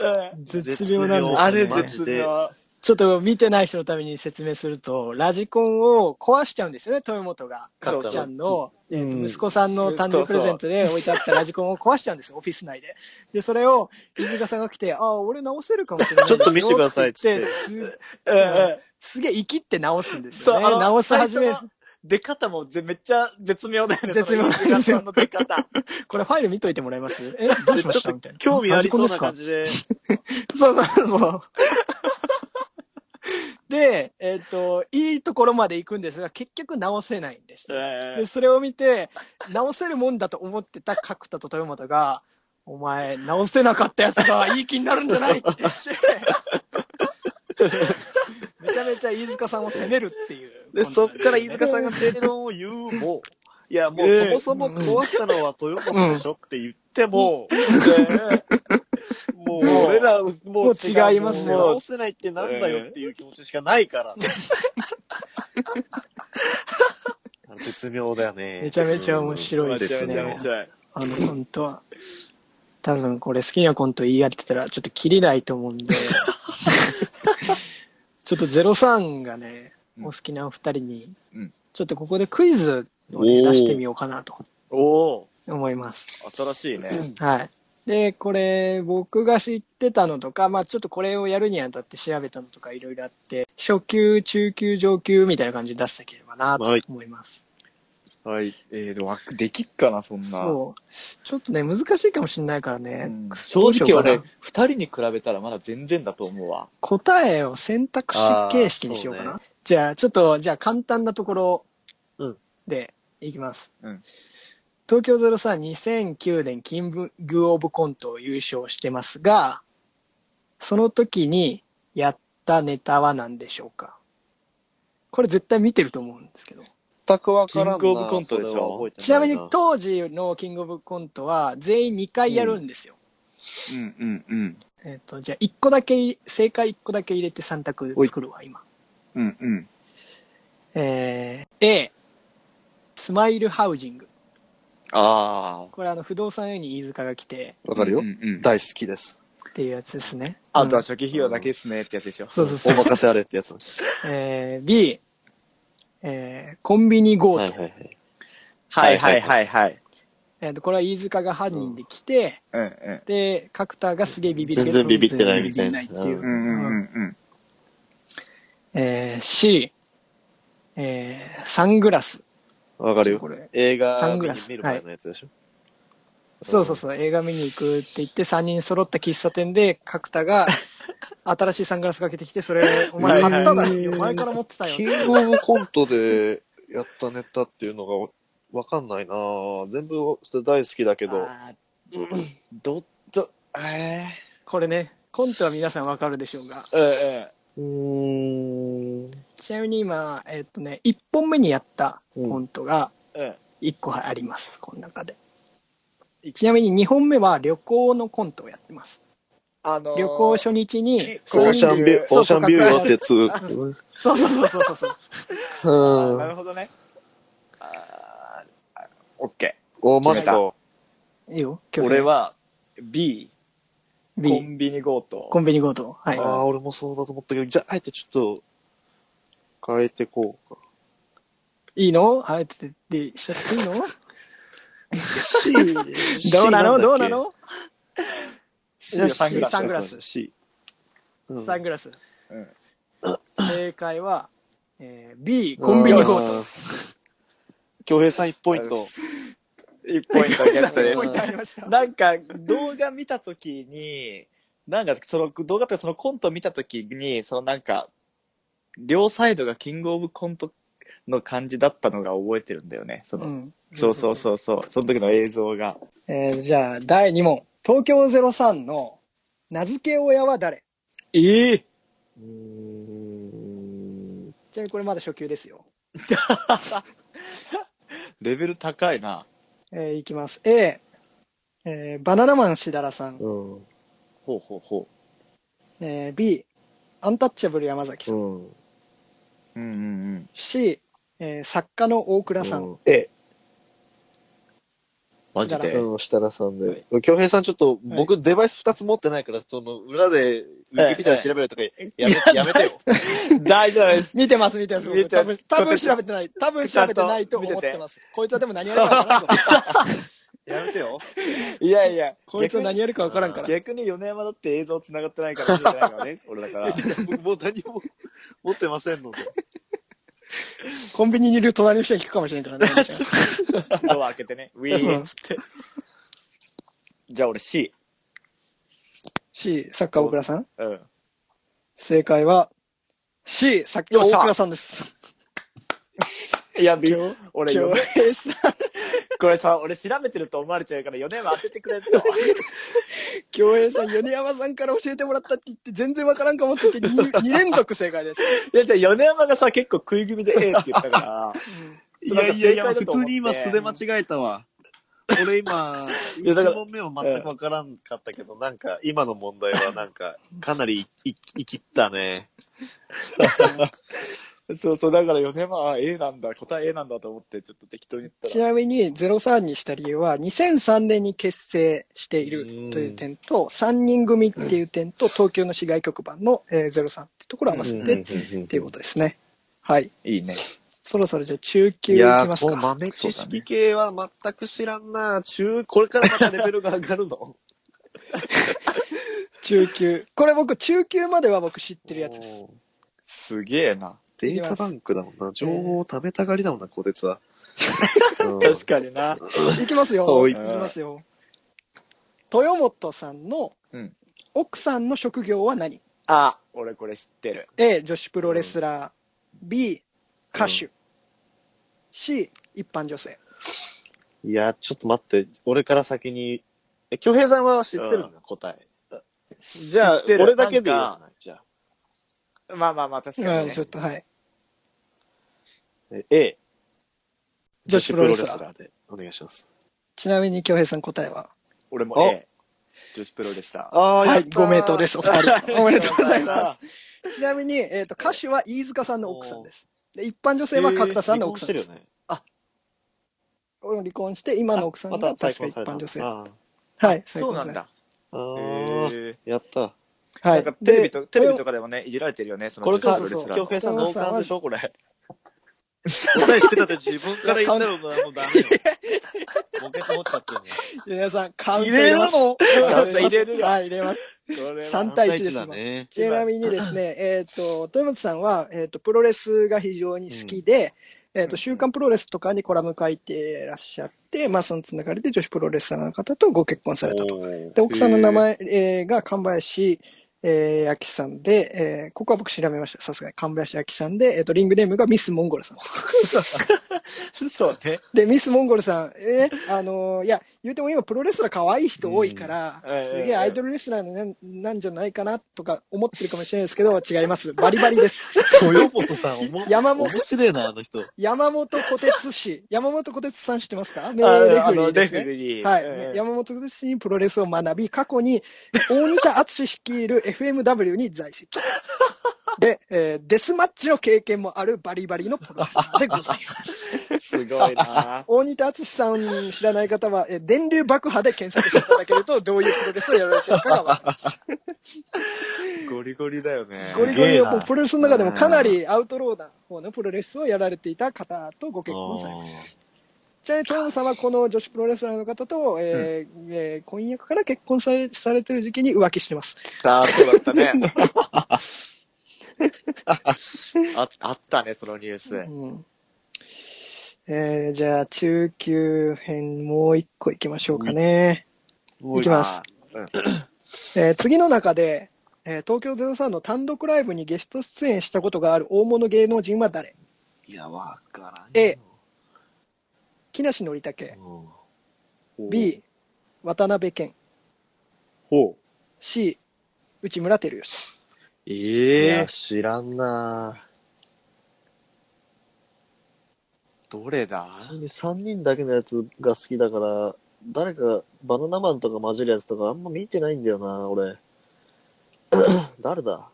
う (laughs) ん絶妙なんですあれマジ絶妙。ちょっと見てない人のために説明すると、ラジコンを壊しちゃうんですよね、豊本が。そかうくちゃんの、うん息子さんの誕生日プレゼントで置いてあったラジコンを壊しちゃうんですよ、オフィス内で。で、それを、飯塚さんが来て、ああ、俺直せるかもしれないですよ。ちょっと見せてくださいっつってて言って。すうんうんすげえ生きって直すんですそう、よあね。の、直す最始初めるの。出方もぜめっちゃ絶妙だよね。絶妙その飯塚さんの出方。これファイル見といてもらえますえ、どうしましたみたいな。興味ありそうな感じじで、そうそうそう。 (laughs) で、えっ、と、いいところまで行くんですが、結局直せないんです。で、それを見て、直せるもんだと思ってた角田と豊本が、お前、直せなかったやつがいい気になるんじゃないって (laughs) 言って、めちゃめちゃ飯塚さんを責めるっていう。で、そっから飯塚さんが正論を言うも、いや、もうそもそも壊したのは豊本でしょって言っても、 (laughs) もう俺ら、もうもう違いますよもう直せないってなんだよっていう気持ちしかないから。絶妙だよね。めちゃめちゃ面白いめでちすゃねめちゃ面白い。あの、本当は。多分これ好きなコント言い合ってたらちょっと切りないと思うん (laughs) で。ちょっと03がね、うんお好きなお二人にうん、ちょっとここでクイズをね、おー出してみようかなとおお思います。新しいね。はい。で、これ、僕が知ってたのとか、まあちょっとこれをやるにあたって調べたのとかいろいろあって、初級、中級、上級みたいな感じで出していければなと思います。はい。えー、でも、できっかな、そんな。そう。ちょっとね、難しいかもしれないからね。うんど正うしよう直かな俺、二人に比べたらまだ全然だと思うわ。答えを選択肢形式にしようかな。あーじゃあ、ちょっと、じゃあ簡単なところうんでいきます。うん東京03、2009年キングオブコントを優勝してますが、その時にやったネタは何でしょうかこれ絶対見てると思うんですけど。全くわからんなキングオブコントでしょちなみに当時のキングオブコントは全員2回やるんですよ。うんうんうん。えっ、と、じゃあ1個だけ、正解1個だけ入れて3択作るわ、今。うんうん。えー A、スマイルハウジング。ああ。これあの、不動産屋に飯塚が来て、わかるようんうん。大好きです。っていうやつですね。あとは初期費用だけですねってやつでしょ。そうそうおそう。任せあれってやつ。はえー、B、えー、コンビニ強盗。いはいははい。いはいはいはい。えーと、これは飯塚が犯人で来て、うんうん。で、角田がすげえビビってる全然ビビってないみたいな全然ビビってないっていうう。んうんうんうん。えー、C、えー、サングラス。わかるこよ。れ。映画サン見グラにス見る前のやつでしょ。そうそうそう、映画見に行くって言って、3人揃った喫茶店で、角田が、新しいサングラスかけてきて、それ、お前買っただろ、前から持ってたよ。キングオブコントでやったネタっていうのがわかんないなぁ全部大好きだけど。あーどっと、えこれね、コントは皆さんわかるでしょうが。え。うんうん。うーん。ちなみに今、えっとね、1本目にやったコントがうん1個あります、この中で。ちなみに2本目は旅行のコントをやってます。あのー旅行初日に、そオうーシャンビュー、そうオーシャンビューよってやつ。う。そうそうそうそうそう。あーなんるほどね。あーあオッケお、マジか。いいよ、ー。俺、は B、コ B、ンビニ強盗。コンビニ強盗。はいあ。あ、俺もそうだと思ったけど、じゃあ、あえてちょっと、変えてこうか。いいのあえてでしちゃっていいの (laughs) C (laughs) どうなのどうなの C はサングラスサングラス C。うんサングラス。うん正解は、えー B、コンビニ強盗うん。京平さん1ポイント。 1ポイントゲットでポイントす。ありました。なんか、動画見たときに、なんか、その、動画っていうかそのコント見たときに、そのなんか、両サイドがキングオブコントの感じだったのが覚えてるんだよね。その、んそうそうそうそう、その時の映像が。えーじゃあ、第2問。東京03の名付け親は誰ええうーんちなみにこれまだ初級ですよ。レベル高いな。えーいきます。A、えーバナナマンしだらさん。うん。ほうほうほえー B、アンタッチャブル山崎さん。うん。う。うんうんうん。 C、えー作家の大倉さん。うんえ、マジで。うん、設楽さんで。京平さん、ちょっと、僕、デバイス2つ持ってないから、その、裏で、ウィキペディア調べるとか、やめ、やめてよ。大丈夫です。見てます、見てます。見て多分、多分調べてない。多分調べてないと思ってます。こいつはでも何やるか分からんぞ。 (laughs) やめてよ。いやいや、 (laughs) こいつは何やるか分からんから。逆に米山だって映像繋がってないから見れてない (laughs) からね、俺だから。僕、 (laughs) もう何も持ってませんので。コンビニにいる隣の人に聞くかもしれないからね。ドア開けてね、ウィーンっつって。じゃあ俺 C。 C、サッカー大倉さん。うん。正解は、C、サッカー大倉さんです。いや、び俺、京よ平さん、 (laughs) これさ、俺調べてると思われちゃうから、4年は当ててく (laughs) れと。京平さん、米山さんから教えてもらったって言って、全然わからんかもって言って2、2連続正解です。いや、じゃあ、米山がさ、結構食い気味で A って言った (laughs) から、いやいやいや、普通に今素で間違えたわ。俺今、いやだか1ら問目は全くわからんかったけど、なんか、今の問題はなんか、かなりい、い、いきったね。そうそう、だから米山は A なんだ、答え A なんだと思って、ちょっと適当に言ったちら。なみに、03にした理由は、2003年に結成しているという点と、3人組っていう点と、東京の市外局番のえー03ってところを合わせて、っていうことですね。はい。いいね。そろそろじゃあ中級いいきやまー、すこのか。豆知識系は全く知らんな中、これからまたレベルが上がる (laughs) の中級。これ僕、中級までは僕知ってるやつです。おーすげえな。データバンクだもんな。情報を貯めたがりだもんな、こてつは。うん確かにな。いきますよ。はいいきますよ。豊本さんのうん奥さんの職業は何あ、俺これ知ってる。 ?A、女子プロレスラー。B、歌手。C、一般女性。いや、ちょっと待って、俺から先に、え、京平さんは知ってるの、うん答え。じじゃあ、俺だけでいいよま。じゃああまあまあ、確かうんに、ねちょ。っと、はい。え A、女子プロレス女ラ子ープラーでお願いします。ちなみに、京平さん答えは俺も A。女子プロレスラー。あ。はい、5名答ですす、お二人。おめでとうございます。ちなみに、えっと、歌手は飯塚さんの奥さんです。で、一般女性は角田さんの奥さんえでーす離婚して。るよね。俺も離婚して、今の奥さんまがた再確か一婚された般女性。あーはい、そうなんだ。へあーーやった。は。ないんかテレビと、でテレビとかでもね、いじられてるよね、そのこれから女子プロレスラー京平さんの王冠でしょこれ。 (laughs) 答えしてたって自分から言ったらもうダメよ。ボケ持っちゃってるね。皆さん、カウント入れるののカウント入れるよはい、入れます。三3対1ですだね。ちなみにです (laughs) ね、えっと、豊本さんは、えっと、プロレスが非常に好きで、えっと、週刊プロレスとかにコラム書いてらっしゃって、まあ、そのつながりで女子プロレスラーの方とご結婚されたと。で、奥さんの名前、えーが神林、えー、明さんで、えーここは僕調べました。さすがに神林明さんで、えっ、と、リングネームがミスモンゴルさんです。そうね。で、ミスモンゴルさん、えーあのーいや、言うても今プロレスラー可愛い人多いから、うんすげえアイドルレスラーなんなんじゃないかなとか思ってるかもしれないですけど、違います。バリバリ (laughs) です。豊本さん、おも山本面白い (laughs) な、あの人。山本小鉄氏。山本小鉄さん知ってますか名ああレフェリのーでレすフェね。リー。はい、うん山本小鉄氏にプロレスを学び、過去に大仁田厚率いる FMW に在 (laughs) 籍。で、えーデスマッチの経験もあるバリバリのプロレスラーでございます。すごいな。大仁田厚さん知らない方は、えー電流爆破で検索していただけると、どういうプロレスをやられてるかがわかります。ゴリゴリだよね。ゴリゴリすげえをなもうプロレスの中でもかなりアウトローな方のプロレスをやられていた方とご結婚されましたちなみに、トムさんはこの女子プロレスラーの方と、えーえー婚約から結婚されされてる時期に浮気してます。ああ、そうだったね。ああったね、そのニュース。うんえーじゃあ、中級編もう一個行きましょうかね。いきます。えー次の中で、えー東京03の単独ライブにゲスト出演したことがある大物芸能人は誰いや、わからんよ。 ?A、木梨憲武。うん。 B、渡辺謙。ほう。 C、内村光義。いええや、知らんな。どれだ普通に3人だけのやつが好きだから、誰かバナナマンとか混じるやつとかあんま見てないんだよな、俺。 (clears throat) 誰だ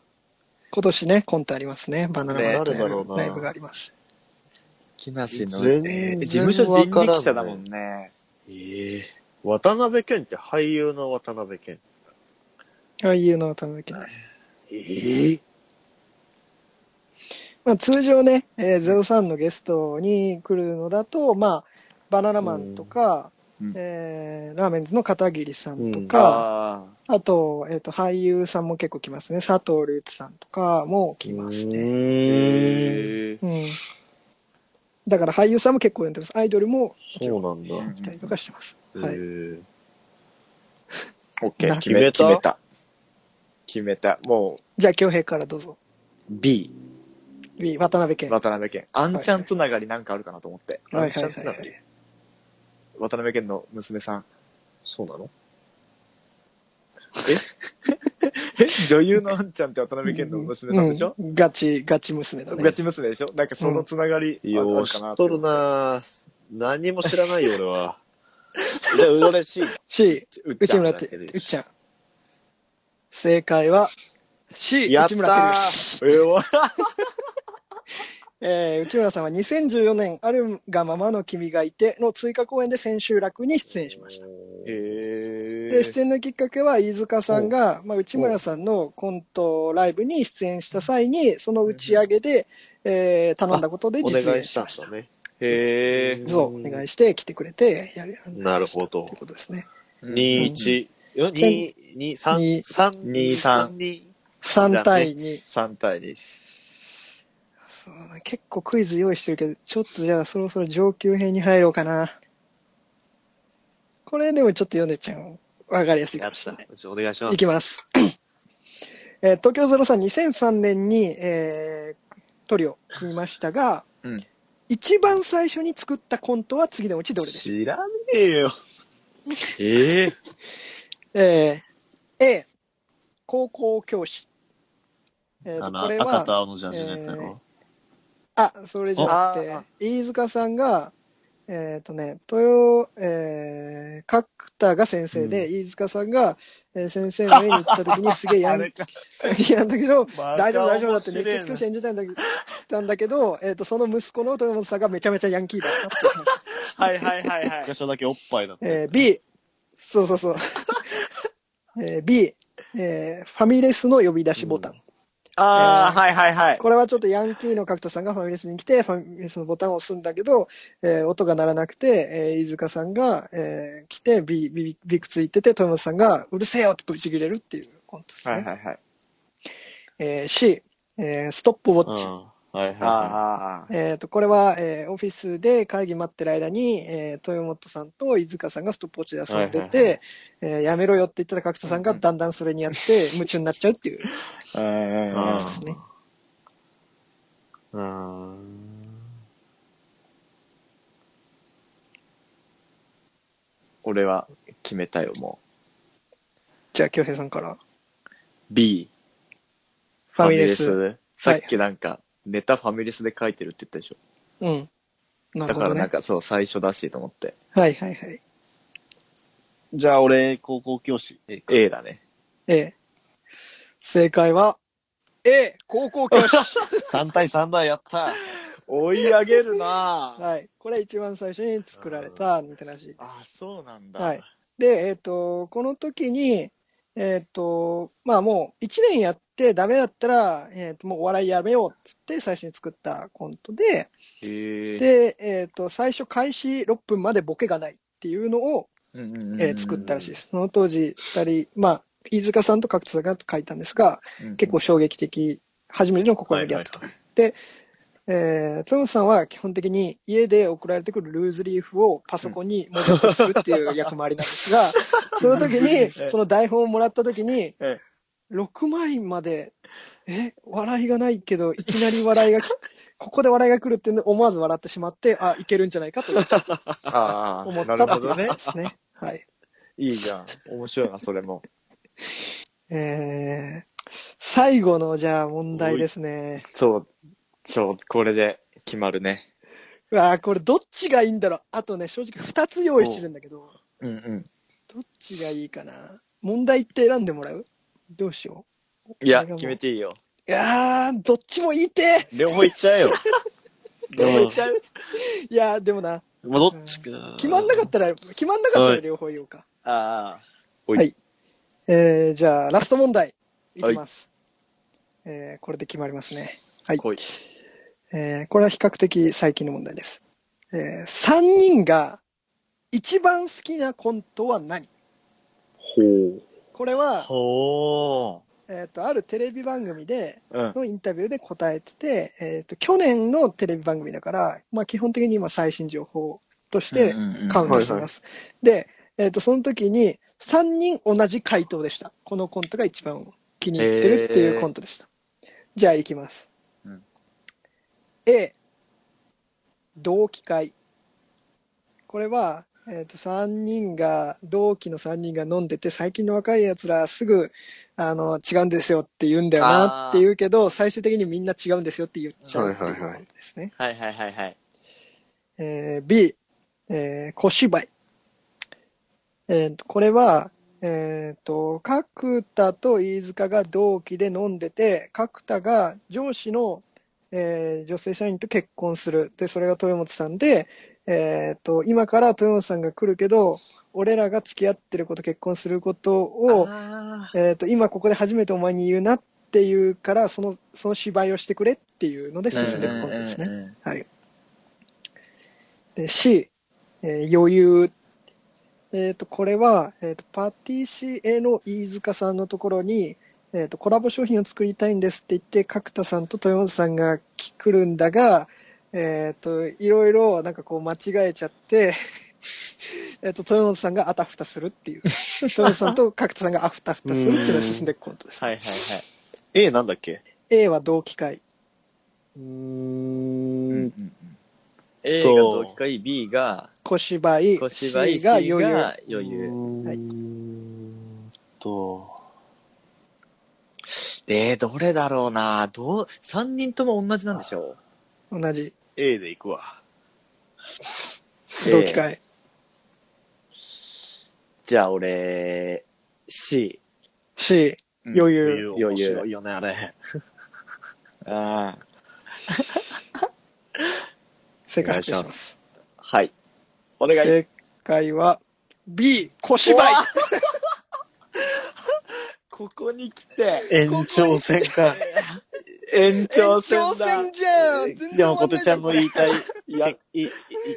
今年ね、コントありますね。バナナマンのね誰だろうなライブがあります。木梨の、全えー然事務所人力車だもんわね。ええ渡辺謙って俳優の渡辺謙。俳優の渡辺謙。ええまあ、通常ね、えー、03のゲストに来るのだと、まあ、バナナマンとか、うんえーラーメンズの片桐さんとか、ああ。あと、えっ、と、俳優さんも結構来ますね。佐藤隆一さんとかも来ますね。ね。へえうん。だから俳優さんも結構呼んでます。アイドルもそうなんだ。来たりとかしてます。はい。えオッケー、な決め決決めめたた。決めた。もじゃあ、京平からどうぞ。う、B、 B、渡辺謙。渡辺謙。アンちゃんつながりなんかあるかなと思って。はいはいアンちゃんつながり。渡辺謙の娘さん。そうなのえ女優のアンちゃんって渡辺謙の娘さんでしょ、うガチ、ガチ娘だね。ガチ娘でしょなんかそのつながり、あよあうる知かなっってとるなぁ何も知らないよ、俺 (laughs) は。じゃあ、うどれしい。 C、うっち内ゃん村て、うっちゃん。正解は C、やっ内た村てるーうわえー内村さんは2014年、あるがままの君がいての追加公演で千秋楽に出演しました。へで、ー出演のきっかけは飯塚さんが、まあ、内村さんのコントライブに出演した際に、その打ち上げで、えー頼んだことでお実願現いししまたんした。だね。へーそう、お願いして来てくれて、やる。なるほどという。ことですね。 2、1、2、2、3、に3、にさん2、 3対2。 3対2です。そうだね結構クイズ用意してるけど、ちょっとじゃあそろそろ上級編に入ろうかな。これでもちょっと読んでちゃう。わかりやすいかやっもしれたない。。じゃあお願いしまいす。きます。えー東京03、2003年に、えートリオ見ましたが、うん一番最初に作ったコントは次のうちどれでしょう知らねえ (laughs) よ。えええー A、高校教師。えーとあの、これ赤はと青のジャージのやつやろ。あ、それじゃなああくて、飯塚さんが、えっ、とね、豊、えー、角田が先生で、飯塚さんが、えー先生の家に行った時にすげえやん、 (laughs) か。やんだけど、バカ大丈夫大丈夫だって熱面白いな血教師演じたんだけど、たんだけどえっ、と、その息子の豊本さんがめちゃめちゃヤンキーだったっていう。はいはいはいは一箇所だけおっぱいだったやえつー、B、そうそうそう。えー B、えーファミレスの呼び出しボタン。あえあ、はいはいはい。これはちょっとヤンキーの角田さんがファミレスに来て、ファミレスのボタンを押すんだけど、えー音が鳴らなくて、えー飯塚さんが、えー来て、ビビビビクついてて、豊本さんが、うるせえよってぶち切れるっていうコントですね。はいはいはい。えー C、えーストップウォッチ。はいはいはああ。えー、とこれは、えーオフィスで会議待ってる間に、えー豊本さんと飯塚さんがストップウォッチで遊んでて、はいはえーやめろよって言ってた角田さんがだんだんそれにやって夢中になっちゃうっていうでうんうんうんあーすね。い。うん。俺は決めたよ、もじゃあ、京平さんから。う。B。ファミレス。ファミレスさっきなんか、ネタファミレスで書いてるって言ったでしょ。うん。なるだかほらどなんね。かそう、最初だしと思って。はいはいはい。じゃあ俺、高校教師。え A だね。 A。正解は、A、高校教師。 3対3だ、やった。追い上げるなぁ。はい。これ一番最初に作られたみたいな話。あ、そうなんだ。はい。で、えっ、と、この時に、えっ、と、まあもう1年やってダメだったら、えっ、と、もうお笑いやめようっつって最初に作ったコントで、へえ。で、えっ、と、最初開始6分までボケがないっていうのを、うんうんうんえー作ったらしいです。その当時、二人、まあ、飯塚さんと角田さんが書いたんですが、うん結構衝撃的、初めての試みだったと。えー、豊本さんは基本的に家で送られてくるルーズリーフをパソコンにモデルとするっていう役回りなんです (laughs) が、その時ルーズリーに、フええその台本をもらった時にえ、 6枚まで、え、笑いがないけど、いきなり笑いがき、 (laughs) ここで笑いが来るっていうのを思わず笑ってしまって、あ、いけるんじゃないかとあ思あ、っなたるっほていうどこねと。ですね。はい。いいじゃん。面白いな、それも。えー、最後のじゃあ問題ですね。そう。ちょ、これで決まるね。うわあこれどっちがいいんだろう。あとね、正直2つ用意してるんだけど、うんうん。どっちがいいかな。問題って選んでもらうどうしよう。いや、俺がもう決めていいよ。いやー、どっちもいいって。両方いっちゃえよ。 (laughs) 両方いっちゃういやー、でもな、まあ、どっちか。決まんなかったら、決まんなかったはらい両方言おうか。ああ。えー、じゃあ、ラスト問題いきます。えー、これで決まりますね。はい。来い。えーこれは比較的最近の問題です。えー、3人が一番好きなコントは何ほう。これは、ほえっ、と、あるテレビ番組で、う。うん。のインタビューで答えてて、えっ、と、去年のテレビ番組だから、まあ基本的に今最新情報としてうんうんうんカウントしてます。で、えっ、と、その時に3人同じ回答でした。このコントが一番気に入ってるっていうコントでした。じゃあ行きます。うん A、同期会。これは、えっ、と、三人が、同期の3人が飲んでて、最近の若い奴らすぐ、あの、違うんですよって言うんだよなって言うけど、最終的にみんな違うんですよって言っちゃうっていうことですね。はいはいはいはい。えー B、えー小芝居。えーとこれは、えっ、と、角田と飯塚が同期で飲んでて、角田が上司の、えー女性社員と結婚する。で、それが豊本さんで、えっ、と、今から豊本さんが来るけど、俺らが付き合ってること、結婚することを、えっ、と、今ここで初めてお前に言うなっていうから、その、その芝居をしてくれっていうので進んでいくコントですね。ね。はい。で、C、えー余裕。えっ、と、これは、えっ、と、パティシエの飯塚さんのところに、えっ、と、コラボ商品を作りたいんですって言って、角田さんと豊本さんが来るんだが、えっ、と、いろいろ、なんかこう、間違えちゃって、 (laughs) えっと、豊本さんがあたふたするっていう。豊本さんと角田さんがあふたふたするっていうのが進んでいくことです。はいはいはい。 A なんだっけ A は同期会。ううーんん。A が同期会、B が小芝居、小芝居、 C が C 余が裕。余裕。はいうーんと、えー、どれだろうなどう、三人とも同じなんでしょ同じ A で行くわ。同期会。じゃあ俺、C。 C、余裕。余裕余裕面白いよね、あれ。ああ。正解。お願いしますはい。お願い。正解は、B、小芝居。ここに来て、延長戦か。延長戦だ。延長戦じゃん全然でも、こてちゃんの言いたい、いや、い、い、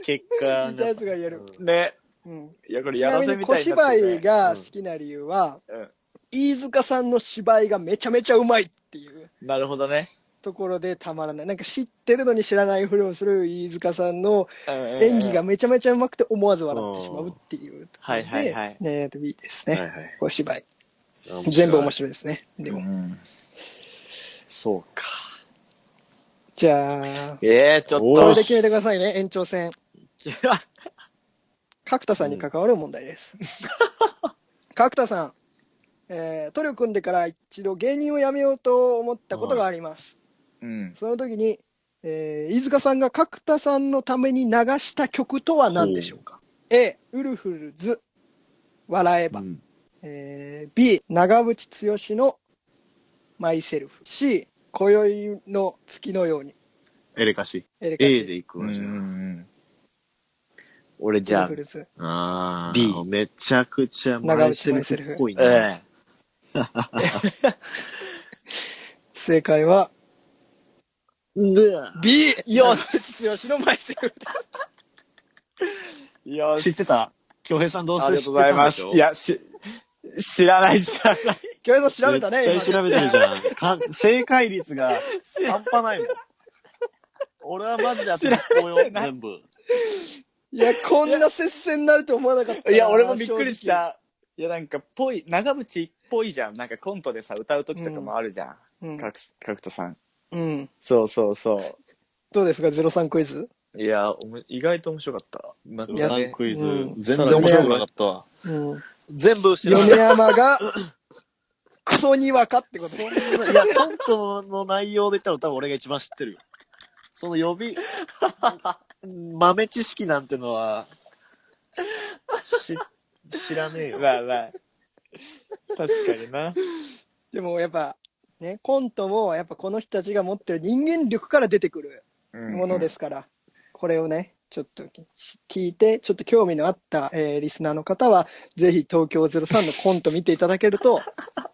結果言いたいやつが言えるね。うん、いや、これちやならみせにみ小たいにな芝ってるね居が好きな理由は、うん飯塚さんの芝居がめちゃめちゃうまいっていうなるほどね。ところでたまらないなんか知ってるのに知らないふりをする飯塚さんのうんうんうん演技が。めちゃめちゃうまくて思わず笑ってしまうっていうところはいはいはいで、ね、B ですはね、いはいお芝居面白い全部面白いですねでも、うんそうか。じゃあええ、ちょっこおーれで。と決めてくださいね延長戦角田さんに関わる問題です、 (laughs) 角田さん、えー、トリを組んでから一度芸人を辞めようと思ったことがあります、うん。その時に、えー飯塚さんが角田さんのために流した曲とは何でしょうか A「ウルフルズ」「笑えば」うんえー B「長渕剛のマイセルフ」C「今宵の月のようにエレカシ。」エレカシ A で行くうんうわ、じゃんうん俺じウゃルあフ、ルズああ。 B めちゃくちゃマイセルフっぽいな。え正解はうわ B え。よし長渕剛のマイセルフよし知ってた京平さんどうせありが知とうってごたざんいまでしすょ。い、や、し、知らない、知らない。京平さん調べたね絶対調べてるじゃん。か正解率が半端ないもん。俺はマジで当てる子よ、全部。いやこんな接戦になると思わなかったないや、俺もびっくりした。いや、なんか、ぽい、長渕っぽいじゃん。なんかコントでさ、歌う時とかもあるじゃ正直ん。かく、角田さん。うん、うん、そうそうそどうですか03クイズう。いや、おも意外と面白かった。まやサンクイズ、うん全然面白くなかったわ。うん全部知らない。米山 (laughs) がクソにわかってことねそんないや、コントの内容で言ったら多分俺が一番知ってるよ。その予 (laughs) 備、豆知識なんてのは、し知らねえ (laughs) よ。まあまあ。確かにな。。でもやっぱねコントもやっぱこの人たちが持ってる人間力から出てくるものですすから、これをねちょっと聞いてちょっと興味のあった、えーリスナーの方はぜひ東京03のコント見ていただける (laughs) と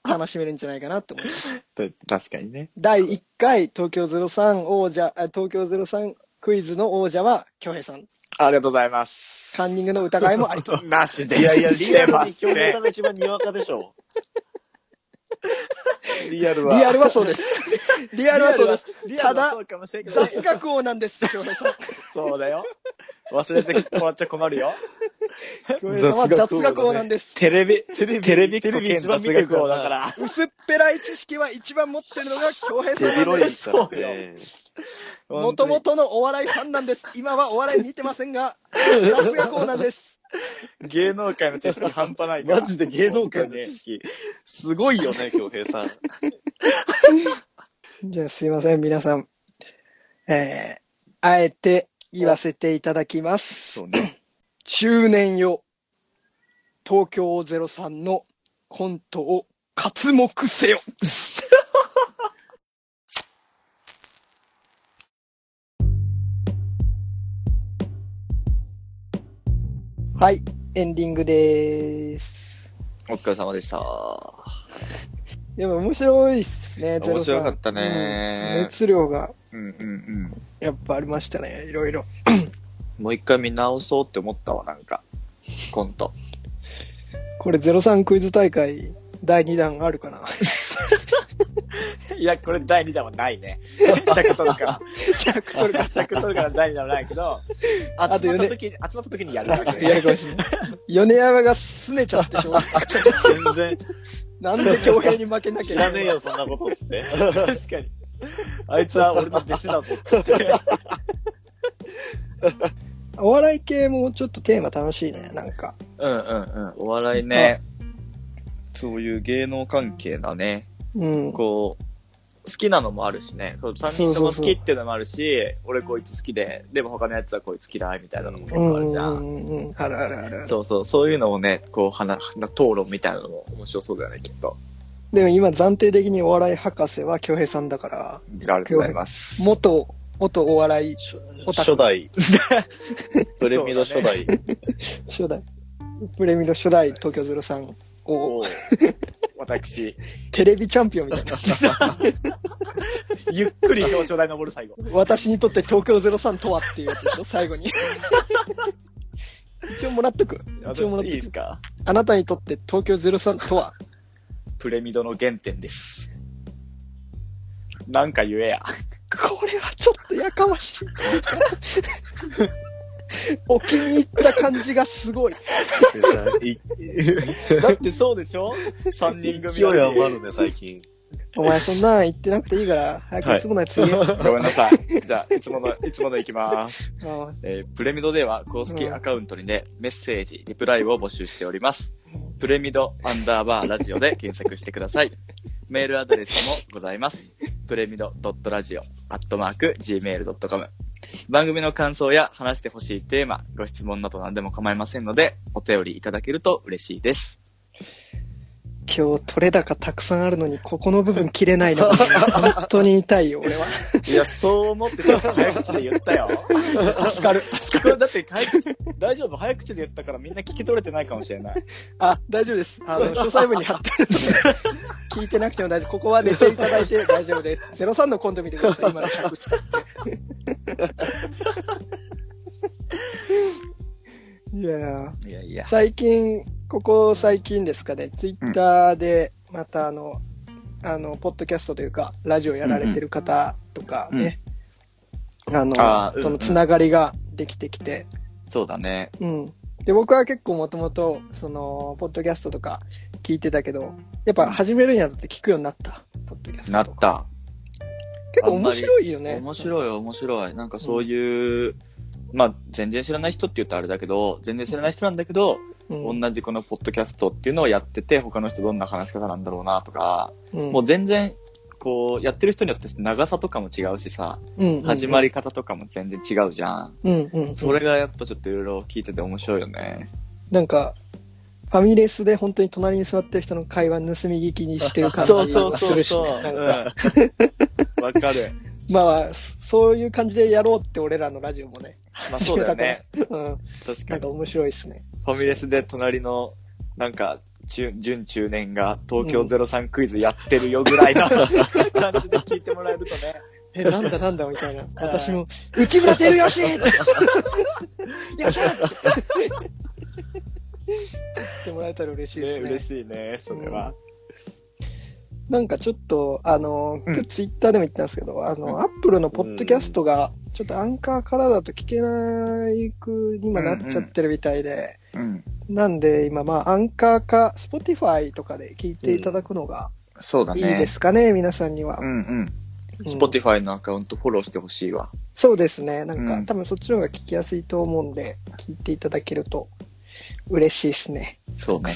楽しめるんじゃないかなと思います確かにね。第1回東京03王者あ東京03クイズの王者は京平さんありがとうございます。カンニングの疑いもあ (laughs) りとなしでいやいや、す。リアしてまルにす京平さねん。が一番にわかでしょ。リアルリアルはそう (laughs) ですリアルはそうですリアルたはだそうかもしれないけど雑学王なんです京平さんそうだよ。忘れてもらっちゃ困るよ。京平さんは雑学王なんですテレビ、テレビ、テレビっテ子レビ兼一番雑見てるから学王だ (laughs) から。薄っぺらい知識は一番持ってるのが京平手さんなん広でいすからそうねよ。もともとのお笑いファンなん (laughs) です今はお笑い見てません (laughs) が雑学王なんです芸能界の知識半端ない (laughs) から。マジで芸能界の知識。すごいよね、京平さん。じゃあすいません皆さんえー、あえて言わせていただきますそう (laughs) ね。中年よ東京03のコントを活目せよ (laughs) はいエンディングですお疲れ様でした。でも面白いっすね03面白かったねうん熱量がうんうんうん。やっぱありましたねいろいろもう一回見直そうって思ったわ、なんか。コント。これ03クイズ大会第2弾あるかないや、これ第2弾はない (laughs) ね。尺取るから。尺取るから。尺取るから第2弾はないけど、集まあっとよたね時に、集まった時にやるかやらるね。かもしれない。 (laughs) 米山が拗ねちゃってしょうがない。全然なんで恭平に負けなきゃ知いけならいねえよ、そんなことっ (laughs) つって。確かに。あいつは俺の弟子だぞっつって。お笑い系もちょっとテーマ楽しいね、なんか。うんうんうん。お笑いね。そういう芸能関係だね。うん。こう、好きなのもあるしね。そう3人とも好きっていうのもあるし、俺こいつ好きで、でも他のやつはこいつ嫌いみたいなのも結うん構あるじゃん。うんうんうん。あるあるある。そうそう、そういうのをね、こう話、な討論みたいなのも面白そうだよね、きっと。でも今暫定的にお笑い博士は恭平さんだから、ありがとうございます。元、元お笑いオタク初代。 (laughs) プレミド初代。初代、プレミの初代東京03をおう私。テレビチャンピオンみたい (laughs) な。ゆっくり表彰台登る最後。私にとって東京03とはっていうやつでしょ、最後 (laughs) に。一応もらっとく。一応もらっいといくですかあなたにとって東京03とはプレミドの原点です。なんか言えや。これはちょっとやかま (laughs) しい。お気に入った感じがすごい。 (laughs) だってそうでしょ ?3 人組だし勢い余るね、最近。お前そんなん言ってなくていいから、早くいつものやつ言えよ。ごめんなさい。じゃあ、いつもの、 (laughs) いつもの行きます。 (laughs) あえープレミドでは公式アカウントにね、メッセージ、リプライを募集しております。プレミドアンダーバーラジオで検索してください。 (laughs) メールアドレスもございます。プレミドドットラジオアットマーク gmail.com 番組の感想や話してほしいテーマ、ご質問など何でも構いませんので、お便りいただけると嬉しいです。今日取れ高たくさんあるのに、ここの部分切れないのが本当に痛いよ、俺は。いや、そう思ってたら早口で言ったよ。助かる。これだって早口、大丈夫早口で言ったからみんな聞き取れてないかもしれない。あ、大丈夫です。 (laughs) あの、詳細部に貼ってあるので、聞いてなくても大丈夫。ここは寝ていただいて大丈夫です。03のコント見てください、今の尺使って。いやー。いやいや。最近、ここ最近ですかね、ツイッターで、またあの、あの、ポッドキャストというか、ラジオやられてる方とかね、あの、あーうんそのつながりができてきて、そうだね。うん。で、僕は結構もともと、その、ポッドキャストとか聞いてたけど、やっぱ始めるにあたって聞くようになった、ポッドキャスト。なっ。た。結構面白いよね。面い。白い面白い。なんかそういう、まあ全然知らない人って言ったらあれだけど、全然知らない人なんだけど、うん。同じこのポッドキャストっていうのをやってて、他の人どんな話し方なんだろうなとか、うんもう全然、こう、やってる人によって長さとかも違うしさ、うん始ま。り方とかも全然違うじゃん。うんうんうん。それがやっぱちょっといろいろ聞いてて面白いよね。なんか、ファミレスで本当に隣に座ってる人の会話盗み聞きにしてる感じそがうそうすそうるしそう。ね。なうんんかわか (laughs) る。まあ、そそういう感じでやろうって俺らのラジオもね。まあそうだよね。うん。確かなんにか。面白いですね。ファミレスで隣の、なんか、中準中年が東京03クイズやってるよぐ (laughs) らいな、感じで聞いてもらえると (laughs) ね。え、なんだなんだみたいな。私も、内村照 (laughs) 義よっしゃ言ってもらえたら嬉しいねですね。嬉しいね、それは。なんかちょっと、あの、うん今日ツイッターでも言ったんですけど、あうんの、アップルのポッドキャストが、ちょっとアンカーからだと聞けないく、今なっちゃってるみたいで、うん。なんで今、まあ、アンカーか、スポティファイとかで聞いていただくのがそうだいね。いですかね、皆さんにはう。んうん。うん Spotify のアカウントフォローしてほしいわ。そうですね、なんうか、ん多分そっちの方が聞きやすいと思うんで、聞いていただけると嬉しいですね。そうね。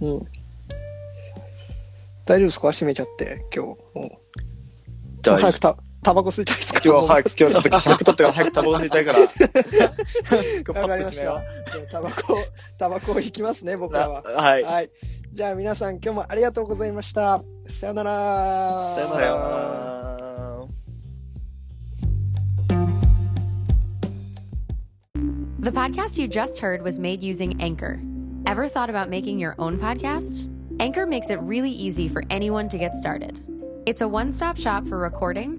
うん。大丈夫ですか閉めちゃって、今日。もうじゃあ、今早くた、タバコ吸いたいですか日は早く、今日はちょっと気尺取ってから早くタバコ吸いたい (laughs) から。わ (laughs) パかッりとま閉しめよた。じゃあタバコ、 (laughs) タバコを引きますね、う僕ならは。はい。はい。じゃあ皆さん今日もありがとうございました。さよなら。さよなら。 The podcast you just heard was made using Anchor. Ever thought about making your own podcast? Anchor makes it really easy for anyone to get started. It's a one stop shop for recording,